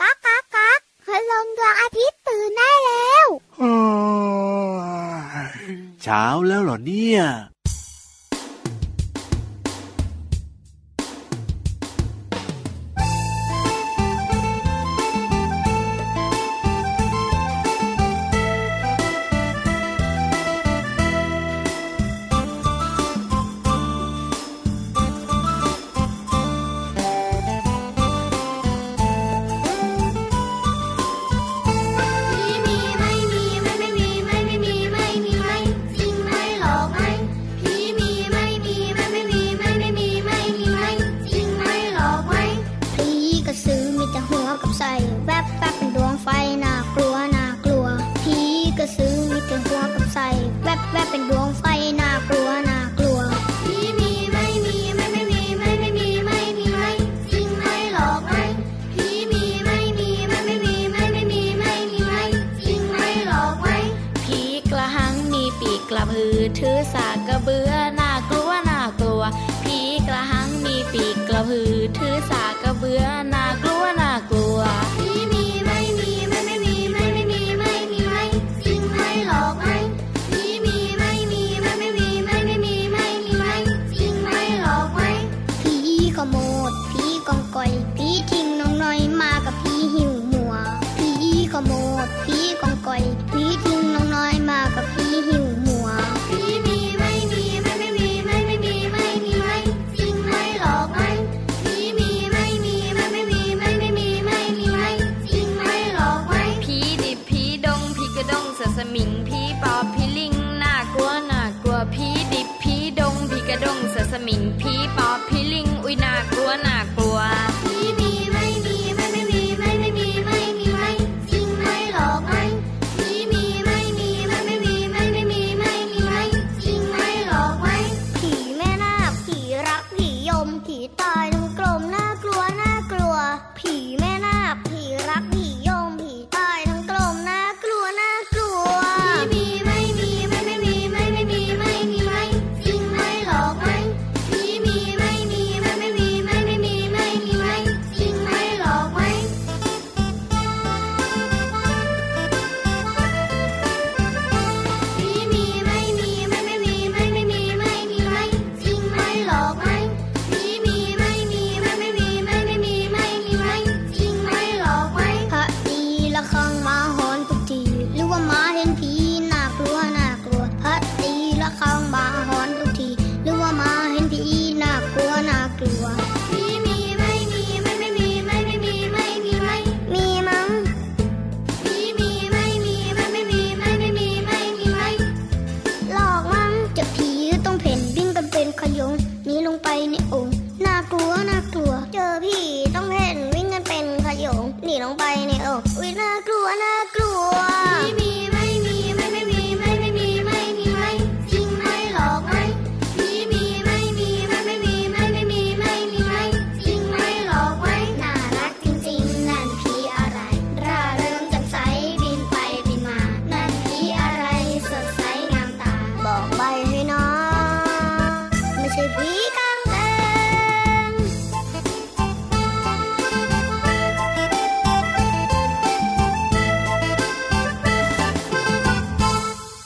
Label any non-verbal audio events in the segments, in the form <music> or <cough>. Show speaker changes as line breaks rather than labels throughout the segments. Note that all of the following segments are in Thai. ก๊ากก๊ากก๊ากคืนลงดวงอาทิตย์ตื่นได้แล้ว
เช้าแล้วเหรอเนี่ย
มีมีไม่มีไม่ไม่มีไม่ไม่มีไม่มีไม่จริงไม่หลอกไม่ผีมีไม่มีไม่ไม่มีไม่ไม่มีไม่มีไม่จริงไม่หลอกไม่
ผีกระสือมีแต่หัวกับไส้แวบแวบเป็นดวงไฟน่ากลัวน่ากลัวผีกระสือมีแต่หัวกับไส้แวบแวบเป็นดวงไฟน่ากลัวน่ากลัว
ผีมีไม่มีไม่ไม่มีไม่ไม่มีไม่มีไม่จริงไม่หลอกไม่ผีมีไม่มีไม่ไม่มีไม่ไม่มีไม่มีไม่จริงไม่หลอกไม่
ผีกระหังมีปีกกระพือถือสากกระเบือน่ากลัวน่ากลัวผีกระหังมีปีกกระพือถือสากกระเบือน่ากลัวน่ากลัว
ผีมีไม่มีไม่ไม่มีไม่ไม่มีไม่มีไม่จริงไม่หลอกไม่ผีมีไม่มีไม่ไม่มีไม่ไม่มีไม่มีไม่จริงไม่หลอกไม่
ผีขโมดผีกองก่อยผีทิ้งน้องน้อยมากับผีหิวหัวผีขโมดผีกองก่อยผีทิ้งน้องน้อยมากับผีหิวหัว
ผีมีไม่มีไม่ไม่มีไม่ไม่มีไม่มีไม่จริงไม่หลอกไม่ผีมีไม่มีไม่ไม่มีไม่ไม่มีไม่มีไม่จริงไม่หลอกไม่
ผีดิบผีดงผีกระดงเสือสมิงผีปอบผีลิงน่ากลัวน่ากลัวผีดิบผีดงผีกระดงเสือสมิงผีปอบผีลิงอุ้ยน่ากลัวน่ากลัว
ผีมีไม่มีไม่ไม่มีไม่ไม่มีไม่มีไม่จริงไม่หลอกไม่ผีมีไม่มีไม่ไม่มีไม่ไม่มีไม่มีไม่จริงไม่หลอกไม่
ผีแม่นาคผีรักผียมผีตายทั้งกลมน่ากลัวน่ากลัว ผีแม่นาคผีรักผียมผีตายทั้งกลมน่ากลัวน่ากลัว
ผีมีไม่มีไม่ไม่มีไม่ไม่มีไม่มีไม่จริงไม่หลอกไม่ผีมีไม่มีไม่ไม่มีไม่ไม่มีไม่มีไม่จริงไม่หลอกไม่ ผีมีไม่มีไม่ไม่มีไม่ไม่มีไม่มีไม่จริงไม่หลอกไม่ผีมีไม่มีไม่ไม่มีไม่ไม่มีไม่มีไม่จริงไม่หลอกไม่
พระดีละครั้งมาหอนทุกทีหรือว่าหมาเห็นผีน่ากลัวน่ากลัวพระดีละครั้งมาหอนทุกทีหรือว่าหมาเห็นผีน่ากลัวน่ากลัว
ผีมีไม่มีไม่ไม่มีไม่ไม่มีไม่มีไม่
มีมั้ง
ผีมีไม่มีไม่ไม่มีไม่ไม่มีไม่มีไม่
หลอกมั้งจะผีต้องเพ่นวิ่งกันเป็นขโยงหนีลงไปในโองน่ากลัวน่ากลัว เจอผีต้องเพ่นวิ่งกันเป็นขโยงหนีลงไปในโองอุ้ยน่ากลัวน่ากลัว
ผีมีไม่มีไม่ไม่มีไม่ไม่มีไม่มีไม่จริงไม่หลอกไม่ผีมีไม่มีไม่ไม่มีไม่ไม่มีไม่มีไม่จริงไม่หลอกไม่
น่ารักจริงๆ นั่นผีอะไร ร่าเริงแจำใสบินไปบินมา นั่นผีอะไรสดใสงามตา บอกใบให้นะไม่ใช่ผีกลางแดง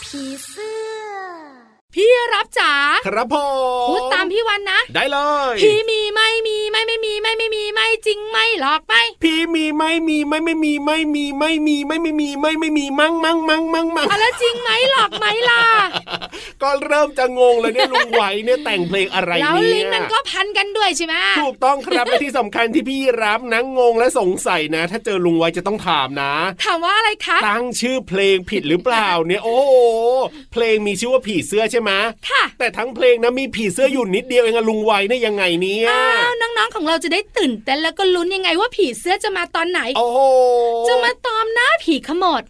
ผีเสื้อ
พี่รับจ๋า
ครับผม
พูดตามพี่วันนะ
ได้เลย
ผีมีไม่มีไม่ไม่มีไม่ไม่มีไม่จริงไม่หลอกไม่
ผีมีไม่มีไม่ไม่มีไม่มีไม่มีไม่ไม่มีไม่ไม่มีมั่งมั่งมั่งมั่งมั่ง
อะไรจริงไหมหลอกไหมล่ะ
ก็เริ่มจะงงเลยเนี่ยลุงไหวเนี่ยแต่งเพลงอะไร
แล้ว
เนี่
ลิงก์มัน
ย
ก็พันกันด้วยใช่ไหม
ถูกต้องครับและที่สำคัญที่พี่รับนะงงและสงสัยนะ ถ้าเจอลุงไวจะต้องถามนะ
ถามว่าอะไรคะ
ตั้งชื่อเพลงผิดหรือเปล่าเนี่ย โอ้โหเพลงมีชื่อว่าผีเสื้อใช่ไหม
ค่ะ
แต่ทั้งเพลงนะมีผีเสื้ออยู่นิดเดียวเองอะลุงไวเนี่ยยังไงเนี่ย
อ้าวน้องๆของเราจะได้ตื่นเต้นแล้วก็ลุ้นยังไงว่าผีเสื้อจะมาตอนไหน
โอ้โห
จะมาตอมหน้าผีขโมด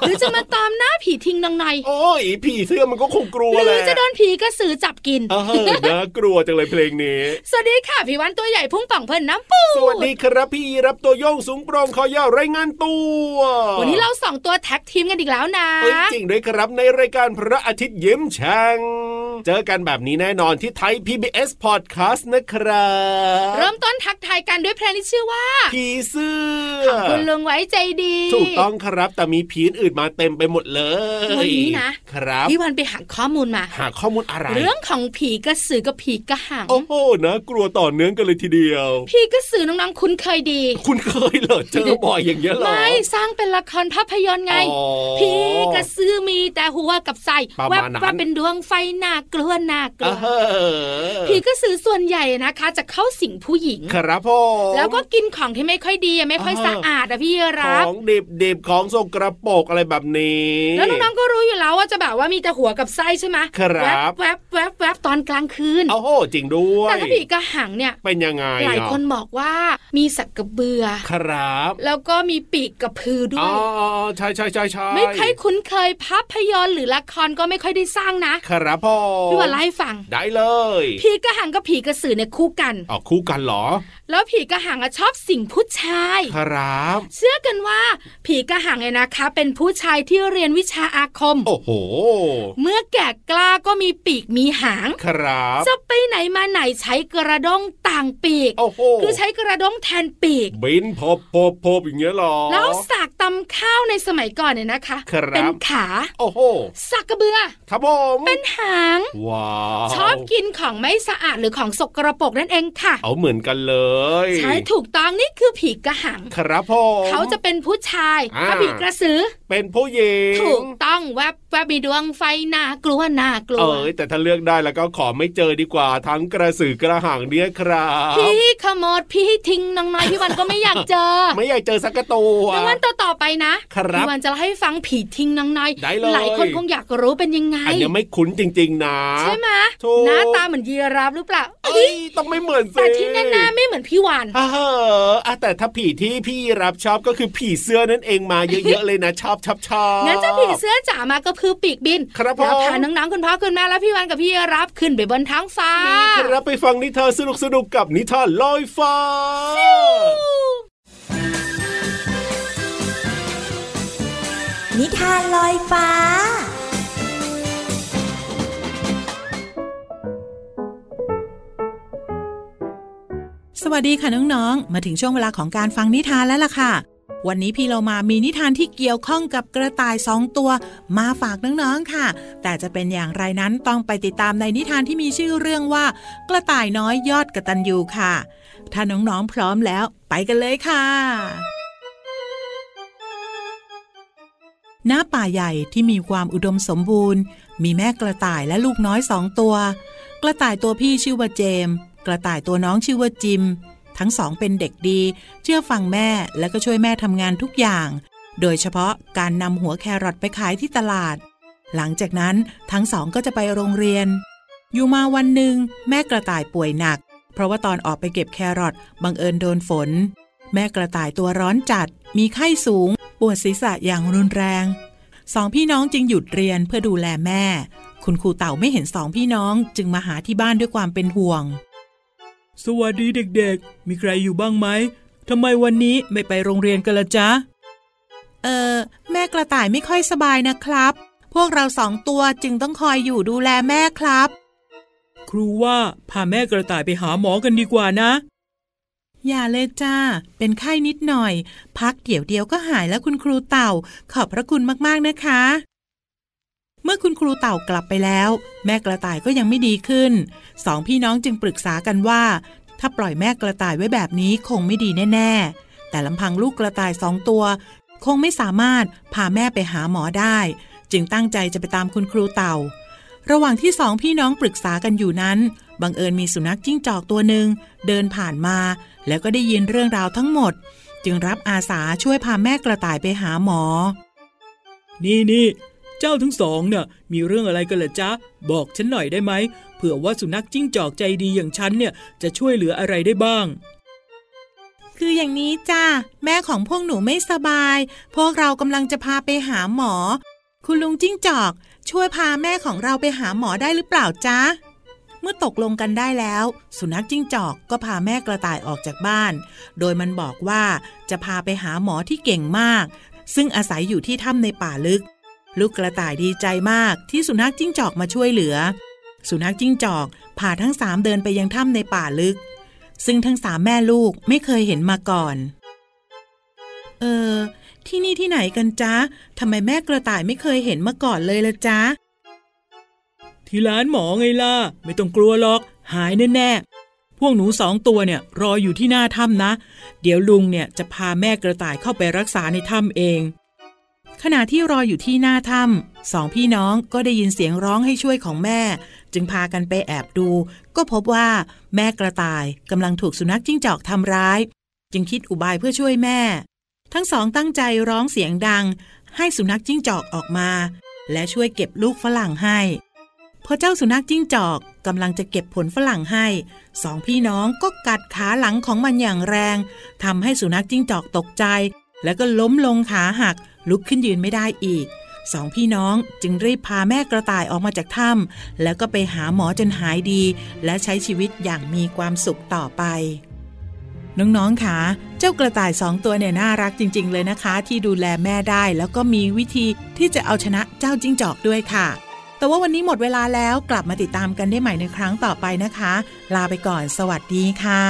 หรือจะมาตอมหน้าผีทิ้งน้องหน่อย
โอ้ยผีเสื้อมันก็คงกลัว
ห
แห
รื
ละ
อจะโดนผีกระสือจับกิน
เออน่ากลัวจังเลยเพลงนี้
สวัสดีค่ะ พี่วันตัวใหญ่พุ่งป่องเพิ่นน้ำปูด
สวัสดีครับพี่รับตัวโยงสูงโปร่งคอยาวรายงานตัว
วันนี้เราสองตัวแท็กทีมกันอีกแล้วนะ
เอ้ยจริงด้วยครับในรายการพระอาทิตย์ยิ้มแฉ่งเจอกันแบบนี้แน่นอนที่ไทย PBS Podcast นะครับ
เริ่มต้นทักทายกัน ด้วยเพลงที่ชื่อว่า
ผีเสื้อ
ขอบคุณลุงไว้ใจดี
ถูกต้องครับแต่มีผีอื่นมาเต็มไปหมดเลย
วันนี้นะครับ พี่วันไปหาข้อมูลมา
หาข้อมูลอะไร
เรื่องของผีกระสือกับผีกระหัง
โอ้โหนะกลัวต่อเนื่องกันเลยทีเดียว
ผีกระสือน้องๆคุ้นเคยดี
คุณเคยเหรอเจอบ่อยอย่างเงี้ยเหรอ
ไม่สร้างเป็นละครภาพยนตร์ไง
อ๋อ
ผีกระสือมีแต่หัวกับไส้
ประ
แว
มา
บ
ณนั้น
ว่าเป็นดวงไฟน่ากลัวน่าก
เอ
ลัว
อ
ผีกระสือส่วนใหญ่นะคะ จะเข้าสิงผู้หญิง
ครับผม
แล้วก็กินของที่ไม่ค่อยดีอะไม่ค่อย
อ่า
สะอาดอะพี่รับ
ของดิบดิบของทรงกระโปรกอะไรแบบนี้
แล้วน้องๆก็รู้อยู่แล้วว่าจะแบบว่ามีแต่หัวกับไส้ใช่ไหม
ครับ
แวบแวบแวบแวบตอนกลางคืน
โอ้โหจริงด้วย
แต่ถ้าผีกระหังเนี่ย
เป็นยังไง
หลาย
อ่ะ
คนบอกว่ามีสักกระเบือ
ครับ
แล้วก็มีปีกกระพือด้ว
อ๋อย ใช่ใช่ใช่ใช่
ไม่ค่อยคุ้นเคยภาพยนตร์หรือละครก็ไม่ค่อยได้สร้างนะครับ
ผม
พี่วันไล่าให้ฟัง
ได้เลย
ผีกระหังกับผีกระสือเนี่ยคู่กัน
อ๋อคู่กันเหรอ
แล้วผีกระหังอะชอบสิงผู้ชาย
ครับ
เชื่อกันว่า ผีกระหังเนี่ยนะคะ เป็นผู้ชายที่เรียนวิชาอาคม
โอ้โห
เมื่อแก่กล้าก็มีปีกมีหาง
ครับ
จะไปไหนมาไหนใช้กระด้งต่างปีก
โอ้โห
คือใช้กระด้งแทนปีก
บินพบพบพบอย่างเงี้ยเหรอ
แล้วสากตำข้าวในสมัยก่อนเนี่ยนะคะ
ครับ
เป็นขา
โอ้โห
สักกระเบือ
ครับผม
เป็นหาง
ว้าว
ชอบกินของไม่สะอาดหรือของสกรปรกนั่นเองค่ะ
เอาเหมือนกันเลย
ใช้ถูกต้องนี่คือผีกระหัง
ครับผม
เขาจะเป็นผู้ชาย
อ่า
ถ้าผีกระสือ
เป็นผู้หญิง
ถูกต้องแวบแวบมีดวงไฟน่ากลัวน่ากลัว
เอ้ยแต่ถ้าเลือกได้แล้วก็ขอไม่เจอดีกว่า ทั้งกระสือกระหังเนี่ยครับ
พี่ขโมดพี่ทิ้งน้องน้อยพี่วันก็ไม่อยากเจอ
ไม่อยากเจอสักกระตัว
ในวันต่อต่อๆไปนะครับ พี่วันจะเล่าให้ฟังผีทิ้งน้องน้อย
ได้เลย
หลายคนคงอยากรู้เป็นยังไง
อันเนี้ยไม่คุ้นจริง ๆ นะ
ใช่ไหม
ถูก
หน้าตาเหมือนยีราฟหรือเปล่า
เอ้ยต้องไม่เหมือนสิ
แต่ที่แน่ๆไม่เหมือนพี่วัน
เอออ่ะแต่ถ้าผีที่พี่รับชอบก็คือผีเสื้อนั่นเองมาเยอะๆเลยนะ ชอบชอบชอบ
งั้นเจ้าผีเสื้อจ๋ามากระพือปีกบิน
ครับผม
แล้วพาน้องๆคุณพ่อคุณแม่และพี่วันกับพี่ยีรับขึ้นไปบนท้องฟ้า
ดีครับไปฟังนิทานสนุกสนุกๆกับนิทานลอยฟ้า
นิทานลอยฟ้า
สวัสดีค่ะน้องๆ มาถึงช่วงเวลาของการฟังนิทานแล้วล่ะค่ะ วันนี้พี่เรามามีนิทานที่เกี่ยวข้องกับกระต่ายสองตัว มาฝากน้องๆค่ะ แต่จะเป็นอย่างไรนั้นต้องไปติดตามในนิทานที่มีชื่อเรื่องว่า กระต่ายน้อยยอดกระตันยูค่ะ ถ้าน้องๆพร้อมแล้ว ไปกันเลยค่ะ หน้าป่าใหญ่ที่มีความอุดมสมบูรณ์ มีแม่กระต่ายและลูกน้อยสองตัว กระต่ายตัวพี่ชื่อว่าเจมส์กระต่ายตัวน้องชื่อว่าจิม ทั้งสองเป็นเด็กดี เชื่อฟังแม่และก็ช่วยแม่ทำงานทุกอย่าง โดยเฉพาะการนำหัวแครอทไปขายที่ตลาด หลังจากนั้นทั้งสองก็จะไปโรงเรียน อยู่มาวันหนึ่งแม่กระต่ายป่วยหนัก เพราะว่าตอนออกไปเก็บแครอทบังเอิญโดนฝน แม่กระต่ายตัวร้อนจัด มีไข้สูง ปวดศีรษะอย่างรุนแรง สองพี่น้องจึงหยุดเรียนเพื่อดูแลแม่ คุณครูเต่าไม่เห็นสองพี่น้องจึงมาหาที่บ้านด้วยความเป็นห่วง สวัสดีเด็กๆ มีใครอยู่บ้างไหม ทำไมวันนี้ไม่ไปโรงเรียนกันละจ๊ะ เออแม่กระต่ายไม่ค่อยสบายนะครับ พวกเราสองตัวจึงต้องคอยอยู่ดูแลแม่ครับ ครูว่าพาแม่กระต่ายไปหาหมอกันดีกว่านะ อย่าเลยจ้า เป็นไข้นิดหน่อย พักเดี๋ยวเดียวก็หายแล้วคุณครูเต่า ขอบพระคุณมากๆนะคะ เมื่อคุณครูเต่ากลับไปแล้ว แม่กระต่ายก็ยังไม่ดีขึ้น สองพี่น้องจึงปรึกษากันว่า ถ้าปล่อยแม่กระต่ายไว้แบบนี้คงไม่ดีแน่ ๆ แต่ลำพังลูกกระต่ายสองตัว คงไม่สามารถพาแม่ไปหาหมอได้ จึงตั้งใจจะไปตามคุณครูเต่า ระหว่างที่สองพี่น้องปรึกษากันอยู่นั้น บังเอิญมีสุนัขจิ้งจอกตัวหนึ่งเดินผ่านมา แล้วก็ได้ยินเรื่องราวทั้งหมด จึงรับอาสาช่วยพาแม่กระต่ายไปหาหมอ
นี่นี่เจ้าทั้งสองน่ะ มีเรื่องอะไรกันเหรอจ๊ะ บอกฉันหน่อยได้ไหมเผื่อว่าสุนัขจิ้งจอกใจดีอย่างฉันเนี่ย จะช่วยเหลืออะไรได้บ้าง
คืออย่างนี้จ้าแม่ของพวกหนูไม่สบาย พวกเรากำลังจะพาไปหาหมอ คุณลุงจิ้งจอก ช่วยพาแม่ของเราไปหาหมอได้หรือเปล่าจ๊ะ เมื่อตกลงกันได้แล้ว สุนัขจิ้งจอกก็พาแม่กระต่ายออกจากบ้าน โดยมันบอกว่าจะพาไปหาหมอที่เก่งมาก ซึ่งอาศัยอยู่ที่ถ้ำในป่าลึก ลูกกระต่ายดีใจมากที่สุนัขจิ้งจอกมาช่วยเหลือ สุนัขจิ้งจอกพาทั้งสามเดินไปยังถ้ำในป่าลึก ซึ่งทั้งสามแม่ลูกไม่เคยเห็นมาก่อน เออ ที่นี่ที่ไหนกันจ๊ะทำไมแม่กระต่ายไม่เคยเห็นมาก่อนเลยละจ๊ะ
ที่ร้านหมอไงล่ะ ไม่ต้องกลัวหรอก หายแน่ๆ พวกหนูสองตัวเนี่ย รออยู่ที่หน้าถ้ำนะ เดี๋ยวลุงเนี่ยจะพาแม่กระต่ายเข้าไปรักษาในถ้ำเอง
ขณะที่รออยู่ที่หน้าถ้ำสองพี่น้องก็ได้ยินเสียงร้องให้ช่วยของแม่ จึงพากันไปแอบดู ก็พบว่าแม่กระต่ายกำลังถูกสุนัขจิ้งจอกทำร้าย จึงคิดอุบายเพื่อช่วยแม่ ทั้งสองตั้งใจร้องเสียงดัง ให้สุนัขจิ้งจอกออกมา และช่วยเก็บลูกฝรั่งให้พอเจ้าสุนัขจิ้งจอกกำลังจะเก็บผลฝรั่งให้สองพี่น้องก็กัดขาหลังของมันอย่างแรงทำให้สุนัขจิ้งจอกตกใจ แล้วก็ล้มลงขาหัก ลุกขึ้นยืนไม่ได้อีกสองพี่น้องจึงรีบพาแม่กระต่ายออกมาจากถ้ำแล้วก็ไปหาหมอจนหายดี และใช้ชีวิตอย่างมีความสุขต่อไป น้องๆค่ะเจ้ากระต่ายสองตัวเนี่ยน่ารักจริง ๆ เลยนะคะ ที่ดูแลแม่ได้แล้วก็มีวิธีที่จะเอาชนะเจ้าจิ้งจอกด้วยค่ะ แต่ว่าวันนี้หมดเวลาแล้วกลับมาติดตามกันได้ใหม่ในครั้งต่อไปนะคะ ลาไปก่อนสวัสดีค่ะ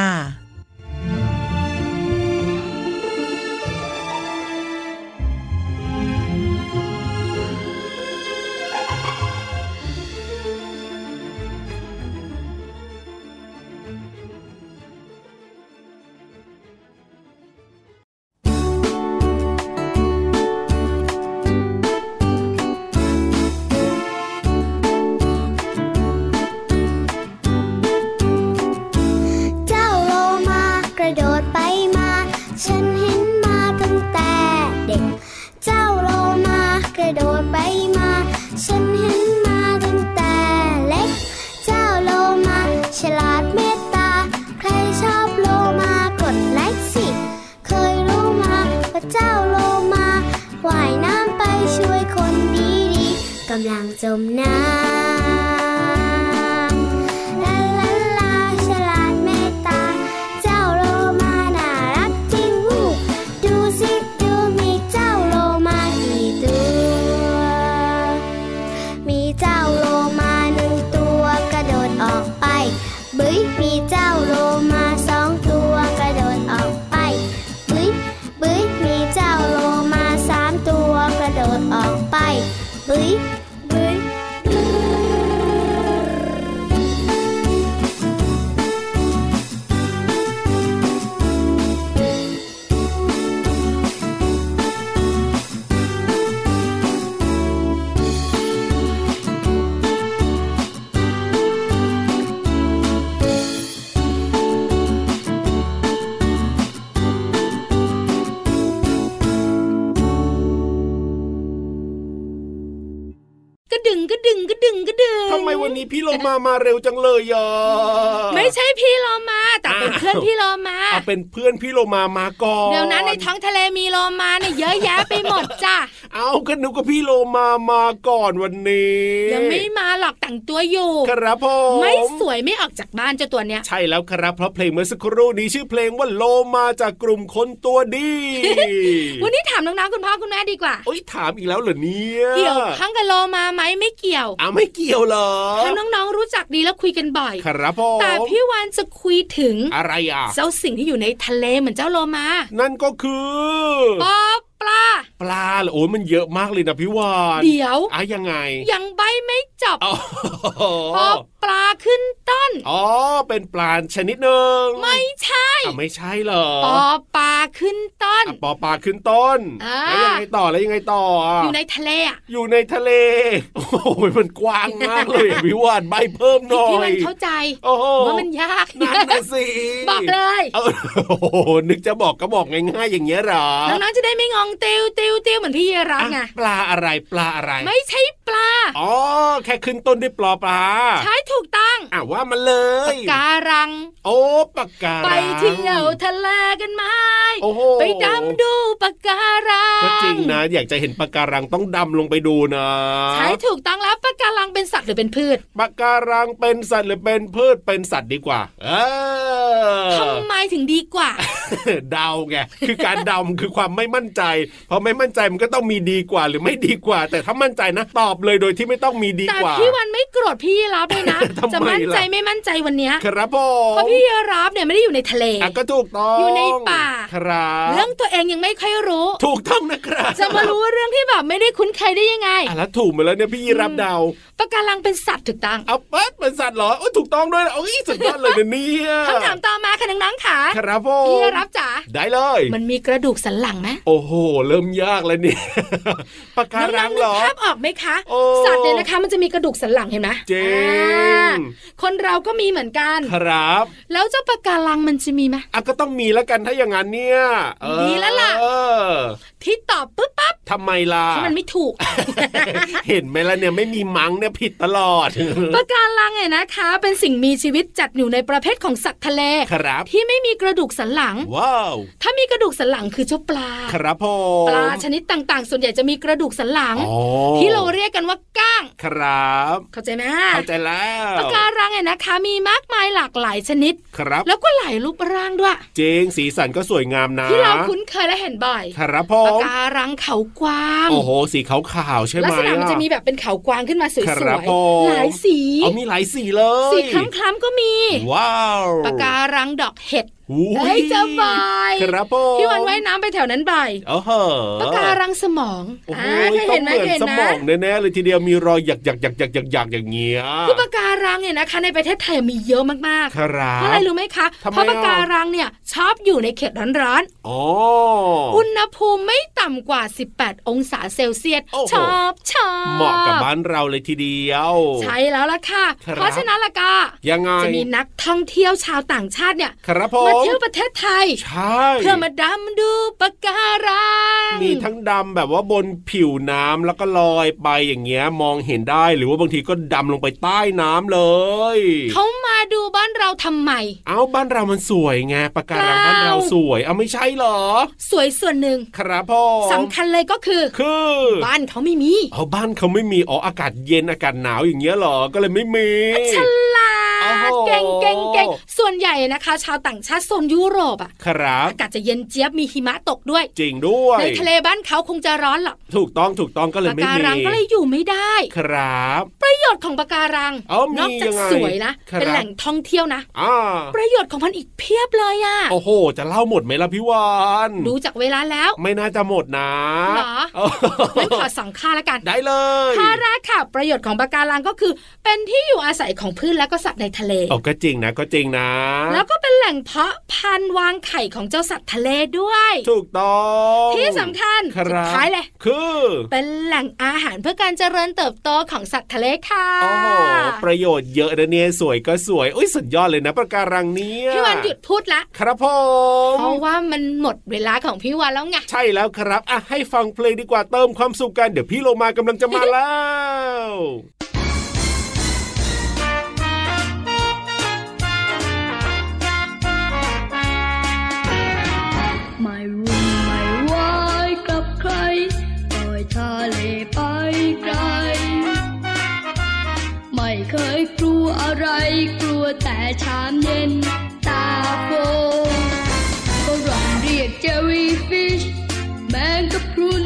เจ้าโลมากระโดดไปมา ฉันเห็นมาตั้งแต่เด็ก เจ้าโลมากระโดดไปมา ฉันเห็นมาตั้งแต่เล็ก เจ้าโลมาฉลาดเมตตา ใครชอบโลมากดไลค์สิ เคยรู้มาว่าเจ้าโลมาว่ายน้ำไปช่วยคนดีๆกำลังจมน้ำลาลาลาฉลาดเมตตา เจ้าโลมาน่ารักจริงหูดูสิดูมีเจ้าโลมากี่ตัว มีเจ้าโลมาหนึ่งตัวกระโดดออกไปบึ้ยมีเจ้าโลมาสองตัวกระโดดออกไปบึ้ยบึ้ยมีเจ้าโลมาสามตัวกระโดดออกไปบึ้ยบึ้ย
กระดึงกระดึงกระดึงกระดึง
ทำไมวันนี้พี่โลมามาเร็วจังเลยอ่ะ
ไม่ใช่พี่โลมาแต่เป็นเพื่อนพี่โลมา
อ่ะเป็นเพื่อนพี่โลมามาก่อน
เดี๋ยวนั้นในท้องทะเลมีโลมาเนี่ยเยอะแยะไปหมดจ้ะ
เอาก็นึกว่าพี่โลมามาก่อนวันนี้
ยังไม่มาหรอกแต่งตัวอยู่
ครับผม
ไม่สวยไม่ออกจากบ้านเจ้าตัวเนี้ย
ใช่แล้วครับเพราะเพลงเมื่อสักครู่นี้ชื่อเพลงว่าโลมาจากกลุ่มคนตัวดี
วันนี้ถามน้องๆคุณพ่อคุณแม่ดีกว่า
โอ้ยถามอีกแล้วเหรอเนี่ย
เกี่ยวข้างกับโลมาไหมไม่เกี่ยว
อ่ะไม่เกี่ยวเหรอ
ถ้าน้องๆรู้จักดีแล้วคุยกันบ่อย
ครับผม
แต่พี่วานจะคุยถึง
อะไรอ่ะ
เจ้าสิ่งที่อยู่ในทะเลเหมือนเจ้าโลมา
นั่นก็คือ
ปอปลา
ปลาเหรอโอ้ยมันเยอะมากเลยนะพี่วาน
เดี๋ยว
อ่ะยังไง
ยังใบไม่จบ
อ๋อ
ปอปลาขึ้นต้น
อ๋อเป็นปลาชนิดหนึ่ง
ไม่ใช่
อ่ะไม่ใช่เหรอ
ปอปลาขึ้นต้น
อ่ะปอปลาขึ้นต้น
อ่า
แล้วยังไงต่อแล้วยังไงต่อ
อ
อ่ะ
ยู่ในทะเลอ่ะ
อยู่ในทะเล <laughs> โอ้ยมันกว้างมาก
<laughs>
เลยอ่ะพี่วานใบเพิ่มหน่อ
พี่
ย
วันเข้าใจ
โอ้โห
ว่ามันยาก
นั่นนะสิ
บอกเลย
เอา <laughs> โอ้โหนึกจะบอกก็บอกง่ายๆอย่างเงี้ยเหรอ
น้องๆจะได้ไม่งองเตียวเตียวเตียวเหมือนพี่เยรั
อ่ะ
กไง
ปลาอะไรปลาอะไร
ไม่ใช่ปลา
อ๋อแค่ขึ้นต้นด้วยปลอปลา
ใช้ถูกต้อง
อ่ะว่ามาเลย
ปะการัง
โอ้ปากกา
ไปเที่ยวทะเลกันไหม
โอ้โห
ไปดำดูปะการัง
ก็จริงนะอยากจะเห็นปะการังต้องดำลงไปดูนะ
ใช่ถูกต้องแล้วปะการังเป็นสัตว์หรือเป็นพืช
ปะการังเป็นสัตว์หรือเป็นพืชเป็นสัตว์ดีกว่า เออ
ทำไมถึงดีกว่า
เดาไงคือการเดามันคือความไม่มั่นใจพอไม่มั่นใจมันก็ต้องมีดีกว่าหรือไม่ดีกว่า แต่ถ้ามั่นใจนะ ตอบเลยโดยที่ไม่ต้องมีดี
แต่
กว่า
พี่วันไม่โกรธพี่ยีรับเลยนะ
ทำไม
จะมั่นใจ
ล่ะ
ไม่มั่นใจวันเนี้ย
ครับผม
เพราะพี่ยีรับเนี่ยไม่ได้อยู่ในทะเล
อ่ะก็ถูกต้อง
อยู่ในป่า
ครับ
เรื่องตัวเองยังไม่ค่อยรู้
ถูกต้องนะครับ
จะมารู้เรื่องที่แบบไม่ได้คุ้นเคยได้ยังไง
อ่ะแล้วถูกไปแล้วเนี่ยพี่ยีรับเดา
ปะการังเป็นสัตว์ถูกต้อง
เอาเปิดเป็นสัตว์เหรอโอ้ยถูกต้องด้วยนะโอ้ยสุดยอดเลยนะเนี่ย
คำถามต่อมาค่ะน้องๆค่ะ
ครับผม
พี่ยีรับจ๋า
ได้เลย
มันมีกระดูกสันหลังไหม
โอ้โห เริ่มยากแล้วเนี่ย <laughs> ปะ
น้
กา
องๆ
รังเหรอ
นึกภาพออกไหมคะ
โอ้
สัตว์เนี่ยนะคะมันจะมีกระดูกสันหลังเห็นไหม
จริง
อ่าคนเราก็มีเหมือนกัน
ครับ
แล้วเจ้าปะการังมันจะมีไหม
อ่ะก็ต้องมีแล้วกันถ้าอย่างนั้นเนี่ยเออ
มีแล้วล่ะ
เออ
ที่ตอบปุ๊บปั๊บ
ทำไมล่ะ
ที่มันไม่ถู
<laughs>
ก
เห็นไหมล่ะเนี่ยไม่มีมังเนี่ยผิดตลอ
<laughs>
ด
ปะการังเนี่ยนะคะ เป็นสิ่งมีชีวิตจัดอยู่ในประเภทของสัตว์ทะเล
ครับ
ที่ไม่มีกระดูกสันหลัง
ว้าว
ถ้ามีกระดูกสันหลังคือเจ้าปลา
ครับผ
ป
ม
ลาชนิดต่างๆ ส่วนใหญ่จะมีกระดูกสันหลัง
อ๋อ
ที่เราเรียกกันว่าก้าง
ครับ
เข้าใจไหม
เข้าใจแล้ว
ปะการังเนี่ยนะคะ มีมากมายหลากหลายชนิด
ครับ
แล้วก็หลายรูปร่างด้วย
เจงสีสันก็สวยงามนะ
ที่เราคุ้นเคยและเห็นบ่อย
ครับผ
ปะ
ม
การังเขากวาง
โอ้โห สีขาวๆใช่ไหม
ลักษณะมันจะมี
อ
แบบเป็นเขากวางขึ้นมาสว
ครับ
ย
ผม
ๆหลายสี
เอามีหลายสีเลย
สีคล้ำๆก็มี
ว้าว
ปะการังดอกเห็ด
หูย
เอ้ยจะบาย
ครับผม
พี่วันว่ายน้ำไปแถวนั้นบ่อย
โอ้โห
ปะการังสมอง
โอ้โห
อ่าเค
ต้องเหมือน
ยเห็นไหมเคยเห็น
ส
ไห
ม
ม
องแน่ๆเลยทีเดียวมีรอยหยักหยักหยักหยักหยักหยักอย่างเงี้ย
คือปะการังเนี่ยนะคะ ในประเทศไทยมีเยอะมาก
ค
ๆ
รั
เพราะอะไร
บ
รู้ไหมคะ
ทำไมอ่ะ
เพราะปะการังเนี่ยชอบอยู่ในเขตร้อน
อ๋อ
ๆอุณหภูมิไม่ต่ำกว่า 18 องศาเซลเซียส
โอ้โห
ชอบชอบ
เหมาะกับบ้านเราเลยทีเดียว
ใช่แล้วล่ะค่ะ
ครับ
เพราะฉะนั้นล่ะก็
ยังไง
จะมีนักท่องเที่ยวชาวต่างชาติเนี่ย
ครับผม
มาเที่ยวประเทศไทย
ใช่
เพื่อมาดำดูปะการัง
มีทั้งดำแบบว่าบนผิวน้ำแล้วก็ลอยไปอย่างเงี้ยมองเห็นได้หรือว่าบางทีก็ดำลงไปใต้น้ำเลย
เขามาดูบ้านเราทำไม
เอาบ้านเรามันสวยไงปะการัง
เปล่า
บ้านเราสวยเอาไม่ใช่เหรอ
สวยส่วนหนึ่ง
ครับผม
สำคัญเลยก็คือ
คือ
บ้านเขาไม่มี
เอาบ้านเขาไม่มีอ๋ออากาศเย็นอากาศหนาวอย่างเงี้ยเหรอก็เลยไม่มี
ฉลา
โอ้โห
ดเก่งเก่งเก่งส่วนใหญ่นะคะ ชาวต่างชาติโซนยุโรปอะ
ครับ
อากาศจะเย็นเจี๊ยบมีหิมะตกด้วย
จริงด้วย
ในทะเลบ้านเขาคงจะร้อนหรอก
ถูกต้องถูกต้องก็เลย
ปะ
ไม่
การัง
มี
ก็เลยอยู่ไม่ได้
ครับ
ประโยชน์ของปะการัง
เอ้าน มี
อกจา
ยั
ก
งไง
สวยนะ
ครับ
เป็นแหล่งท่องเที่ยวนะ
อ่า
ประโยชน์ของมันอีกเพียบเลยอะ่ะ
โอ้โห จะเล่าหมดไหมล่ะพี่วาน
ดูจากเวลา
<laughs>
แล้ว
ไม่น่าจะหมดนะ
เหรอ
โอ้โห
งั้นขอสองค่าละกัน
ได้เลย
ค่าแรกค่ะ ประโยชน์ของปะการังก็คือ เป็นที่อยู่อาศัยของพืชและก็สัตว์ในทะเล
โอ้ก็จริงนะก็จริงนะ
แล้วก็เป็นแหล่งเพาะพันธุ์วางไข่ของเจ้าสัตว์ทะเลด้วย
ถูกต้อง
ที่สำคัญ
ค
สุด
รับ
ท้ายเลย
คือ
เป็นแหล่งอาหารเพื่อการเจริญเติบโตของสัตว์ทะเลค่ะ
โอ้โหประโยชน์เยอะนะเนี่ยสวยก็สวยอุ้ยสุดยอดเลยนะประการังเนี้ย
พี่วันหยุดพูดละ
ครับผ
เพ
ม
ราะว่ามันหมดเวลาของพี่วันแล้วไง
ใช่แล้วครับอ่ะให้ฟังเพลงดีกว่าเติมความสุขกันเดี๋ยวพี่โลมากำลังจะมาแล้ว
ไม่วุ่นไม่วายกับใครปล่อยทะเลไปไกล ไม่เคยกลัวอะไร กลัวแต่ชามเย็นตาโฟก็ร้องเรียกเจอรี่ฟิช แมงกะพรุน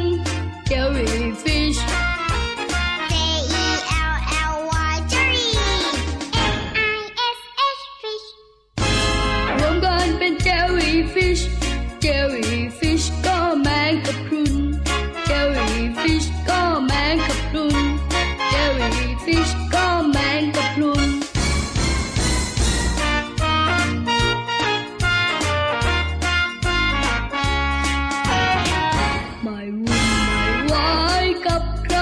เจอรี่ฟิช
J E L L Y Jelly F I S H Fish
รวมกันเป็นเจอรี่ฟิช เจอรี่ฟิชก็แมงกะพรุน เจอรี่ฟิชก็แมงกะพรุน เจอรี่ฟิชก็แมงกะพรุน ไม่วุ่นไม่วายกับใคร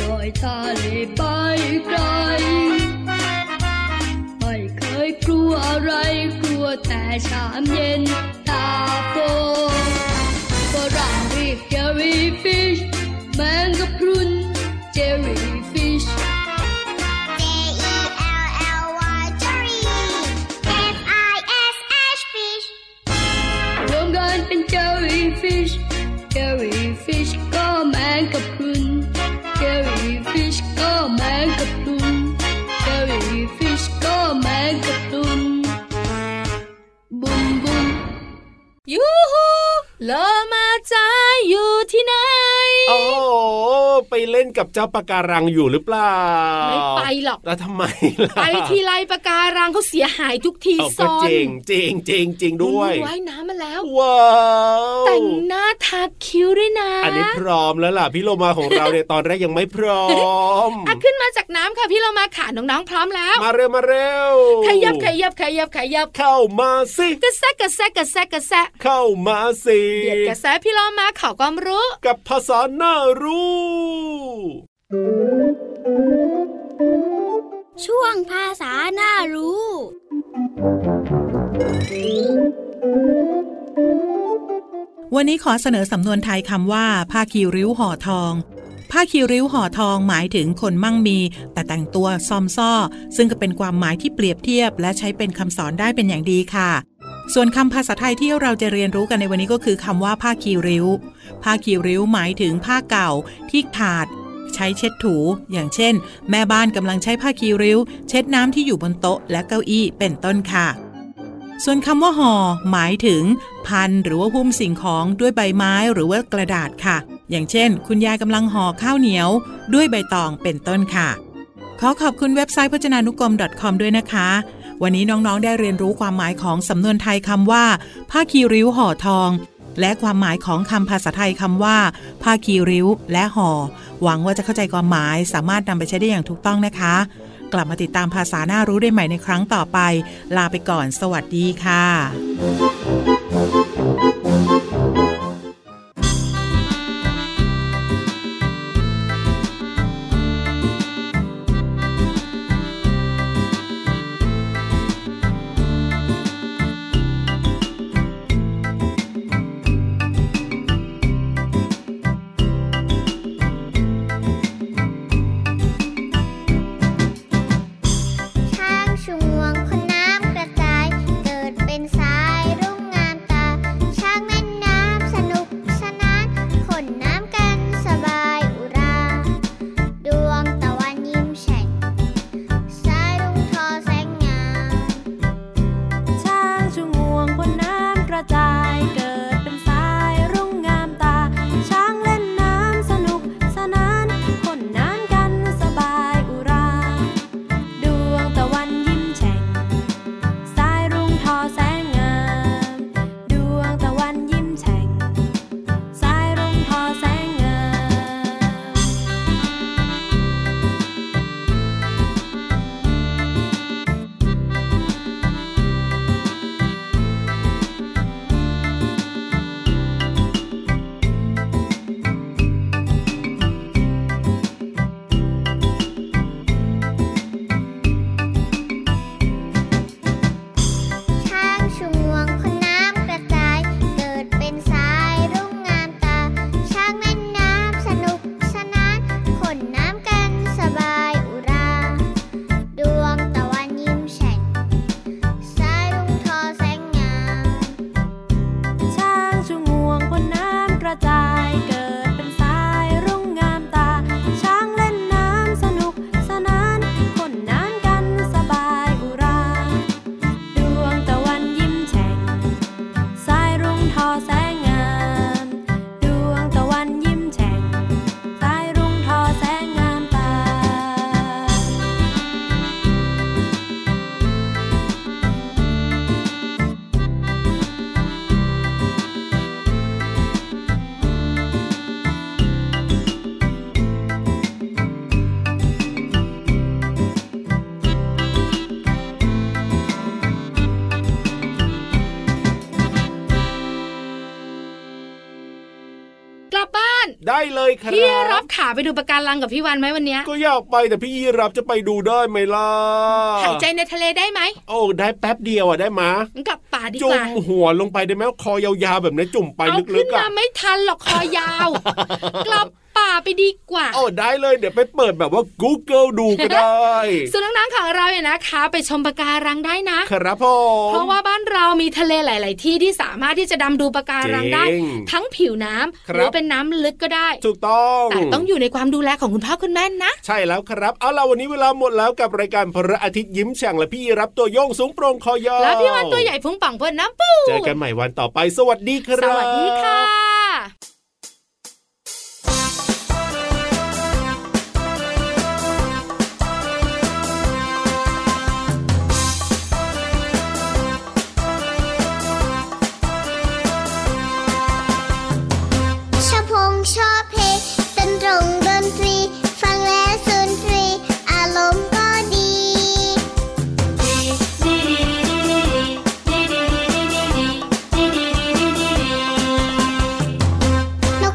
ลอยทะเลไปไกล ไม่เคยกลัวอะไรกลัวแต่ชามเย็นตาโฟฝรั่งเรียกเจอรี่ฟิชแมงกะพรุนเจอรี่ฟิช
J E L L Y Jelly F I S H Fish
รวมกันเป็น
เป็นเจอรี่ฟิชเจอรี่ฟิชก็แมงกะพรุนเจอรี่ฟิชก็แมงกะพรุนเจอรี่ฟิชก็แมงกะพรุนบุมบุม
ยูฮูโลมาจ้าอยู่ที่ไหน
โอ้โหไปเล่นกับเจ้าปะการังอยู่หรือเปล่า
ไม่ไปหรอก
แล้วทำไมล่ะ
ไปทีไรปะการังเขาเสียหายทุกที
เอา
ซ
ก็
อน
จริงจริงจริงจริงด้วย
หนูว่ายน้ำมาแล้ว
ว้าว
แต่งหน้าทาคิ้วด้วยนะ
อันนี้พร้อมแล้วล่ะพี่โลมาของเราเนี่ย ตอนแรกยังไม่พร้อม
อ่ะขึ้นมาจากน้ำค่ะพี่เรามาขาน้องๆพร้อมแล้ว
มาเร็วมาเร็ว
ขยับขยับขยับขยับ
เข้ามาสิ
กระแซะกระแซะกระแซะกระแซะ
เข้ามาสิ
เบียดกระแซะพี่เรามาเขาความรู้
กับภาษาหน้ารู้
ช่วงภาษาหน้ารู้
วันนี้ขอเสนอสำนวนไทยคำว่าผ้าคีริ้วห่อทอง ผ้าคีริ้วห่อทองหมายถึงคนมั่งมี แต่แต่งตัวซอมซ่อ ซึ่งก็เป็นความหมายที่เปรียบเทียบ และใช้เป็นคำสอนได้เป็นอย่างดีค่ะ ส่วนคำภาษาไทยที่เราจะเรียนรู้กันในวันนี้ก็คือคำว่าผ้าคีริ้ว ผ้าคีริ้วหมายถึงผ้าเก่าที่ขาด ใช้เช็ดถู อย่างเช่น แม่บ้านกำลังใช้ผ้าคีริ้ว เช็ดน้ำที่อยู่บนโต๊ะและเก้าอี้เป็นต้นค่ะ ส่วนคำว่าห่อหมายถึง พันหรือว่าหุ้มสิ่งของด้วยใบไม้หรือว่ากระดาษค่ะ อย่างเช่น คุณยายกำลังห่อข้าวเหนียว ด้วยใบตองเป็นต้นค่ะ ขอขอบคุณเว็บไซต์พจนานุกรม .com ด้วยนะคะ วันนี้น้องๆได้เรียนรู้ความหมายของสำนวนไทยคำว่า ผ้าคีริ้วห่อทอง และความหมายของคำภาษาไทยคำว่า ผ้าคีริ้ว และห่อ หวังว่าจะเข้าใจความหมายสามารถนำไปใช้ได้อย่างถูกต้องนะคะ กลับมาติดตามภาษาหน้ารู้ได้ใหม่ในครั้งต่อไป ลาไปก่อน สวัสดีค่ะ
ช้างชวงคนน้ำกระจาย เกิดเป็นสายรุ่งงามตา ช้างเล่นน้ำสนุกสนานขนน้ำกันสบายอุรา ดวงตะวันยิ้มแฉ่ง สายรุ่งทอแสงงาม
ช้างชูงวงบนน้ำกระจายเกิดเป็นสายรุ่งงามตา ช้างเล่นน้ำสนุกสนานคนน้ำกันสบายอุรา ดวงตะวันยิ้มแฉ่ง สายรุ่งทอแสงงาม ดวงตะวันยิ้มแฉ่ง สายรุ่งทอแสงงาม
ช้างชวงคนน้ำกระจาย เกิดเป็นสายรุ่งงามตา ช้างเล่นน้ำสนุกสนานขนน้ำกันสบายอุรา ดวงตะวันยิ้มแฉ่ง สายรุ่งทอแสงงาม
ช้างชูงวงบนน้ำกระจายเกิดเป็นสายรุ่งงามตา ช้างเล่นน้ำสนุกสนานคนน้ำกันสบายอุรา ดวงตะวันยิ้มแฉ่ง สายรุ่งทอแสงงาม ดวงตะวันยิ้มแฉ่ง สายรุ่งทอแสงงามตา
กลับบ้าน
ได้เลยครั
พี่รั
บบ
ขาไปดูปะการังกับพี่วันไหมวันเนี้ย
ก็อยากไปแต่พี่ยีรับจะไปดูได้ไหมล่ะ
หายใจในทะเลได้ไหม
โอ้ได้แป๊บเดียวอ่ะได้มะ
งั้นกลับป่าดี
จุ่ม
กว่า
หัวลงไปได้ไหมคอยาวๆแบบนี้จุ่มไป
เอา
ลึ
ขึ้น
กๆอ่ะ <laughs>
มาไม่ทันหรอกคอยาว กลับป่า ป่าไปดีกว่า
โอ้ได้เลยเดี๋ยวไปเปิดแบบว่า Google ดูก็ได้
ส่วนน้องๆของเราเนี่ยนะคะ ไปชมปะการังได้นะ
ครับผม
เพราะว่าบ้านเรามีทะเลหลาย ๆ ที่ที่สามารถที่จะดำดูปะการังได้
จริง
ทั้งผิวน้ำ
ครับ
หรือเป็นน้ำลึกก็ได้
ถูกต้อง
แต่ต้องอยู่ในความดูแลของคุณพ่อคุณแม่นะ
ใช่แล้วครับ เอาล่ะวันนี้เวลาหมดแล้วกับรายการพระอาทิตย์ยิ้มแฉ่งและพี่รับตัวโยงสูงโปร่งคอยาว
แล้วพี่วันตัวใหญ่พุงป่องพ่นน้ำปู
เจอกันใหม่วันต่อไป สวัสดีค
ส
รับ
วัสดีค่ะ
ชอบพงชอบเพลงดนตรงดนตรี ฟังแล้วสุนทรี อารมณ์ก็ดี
ด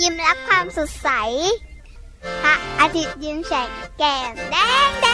ยิ้มรับความสดใส พระอาทิตย์ยิ้มแฉกแก้มแดงแด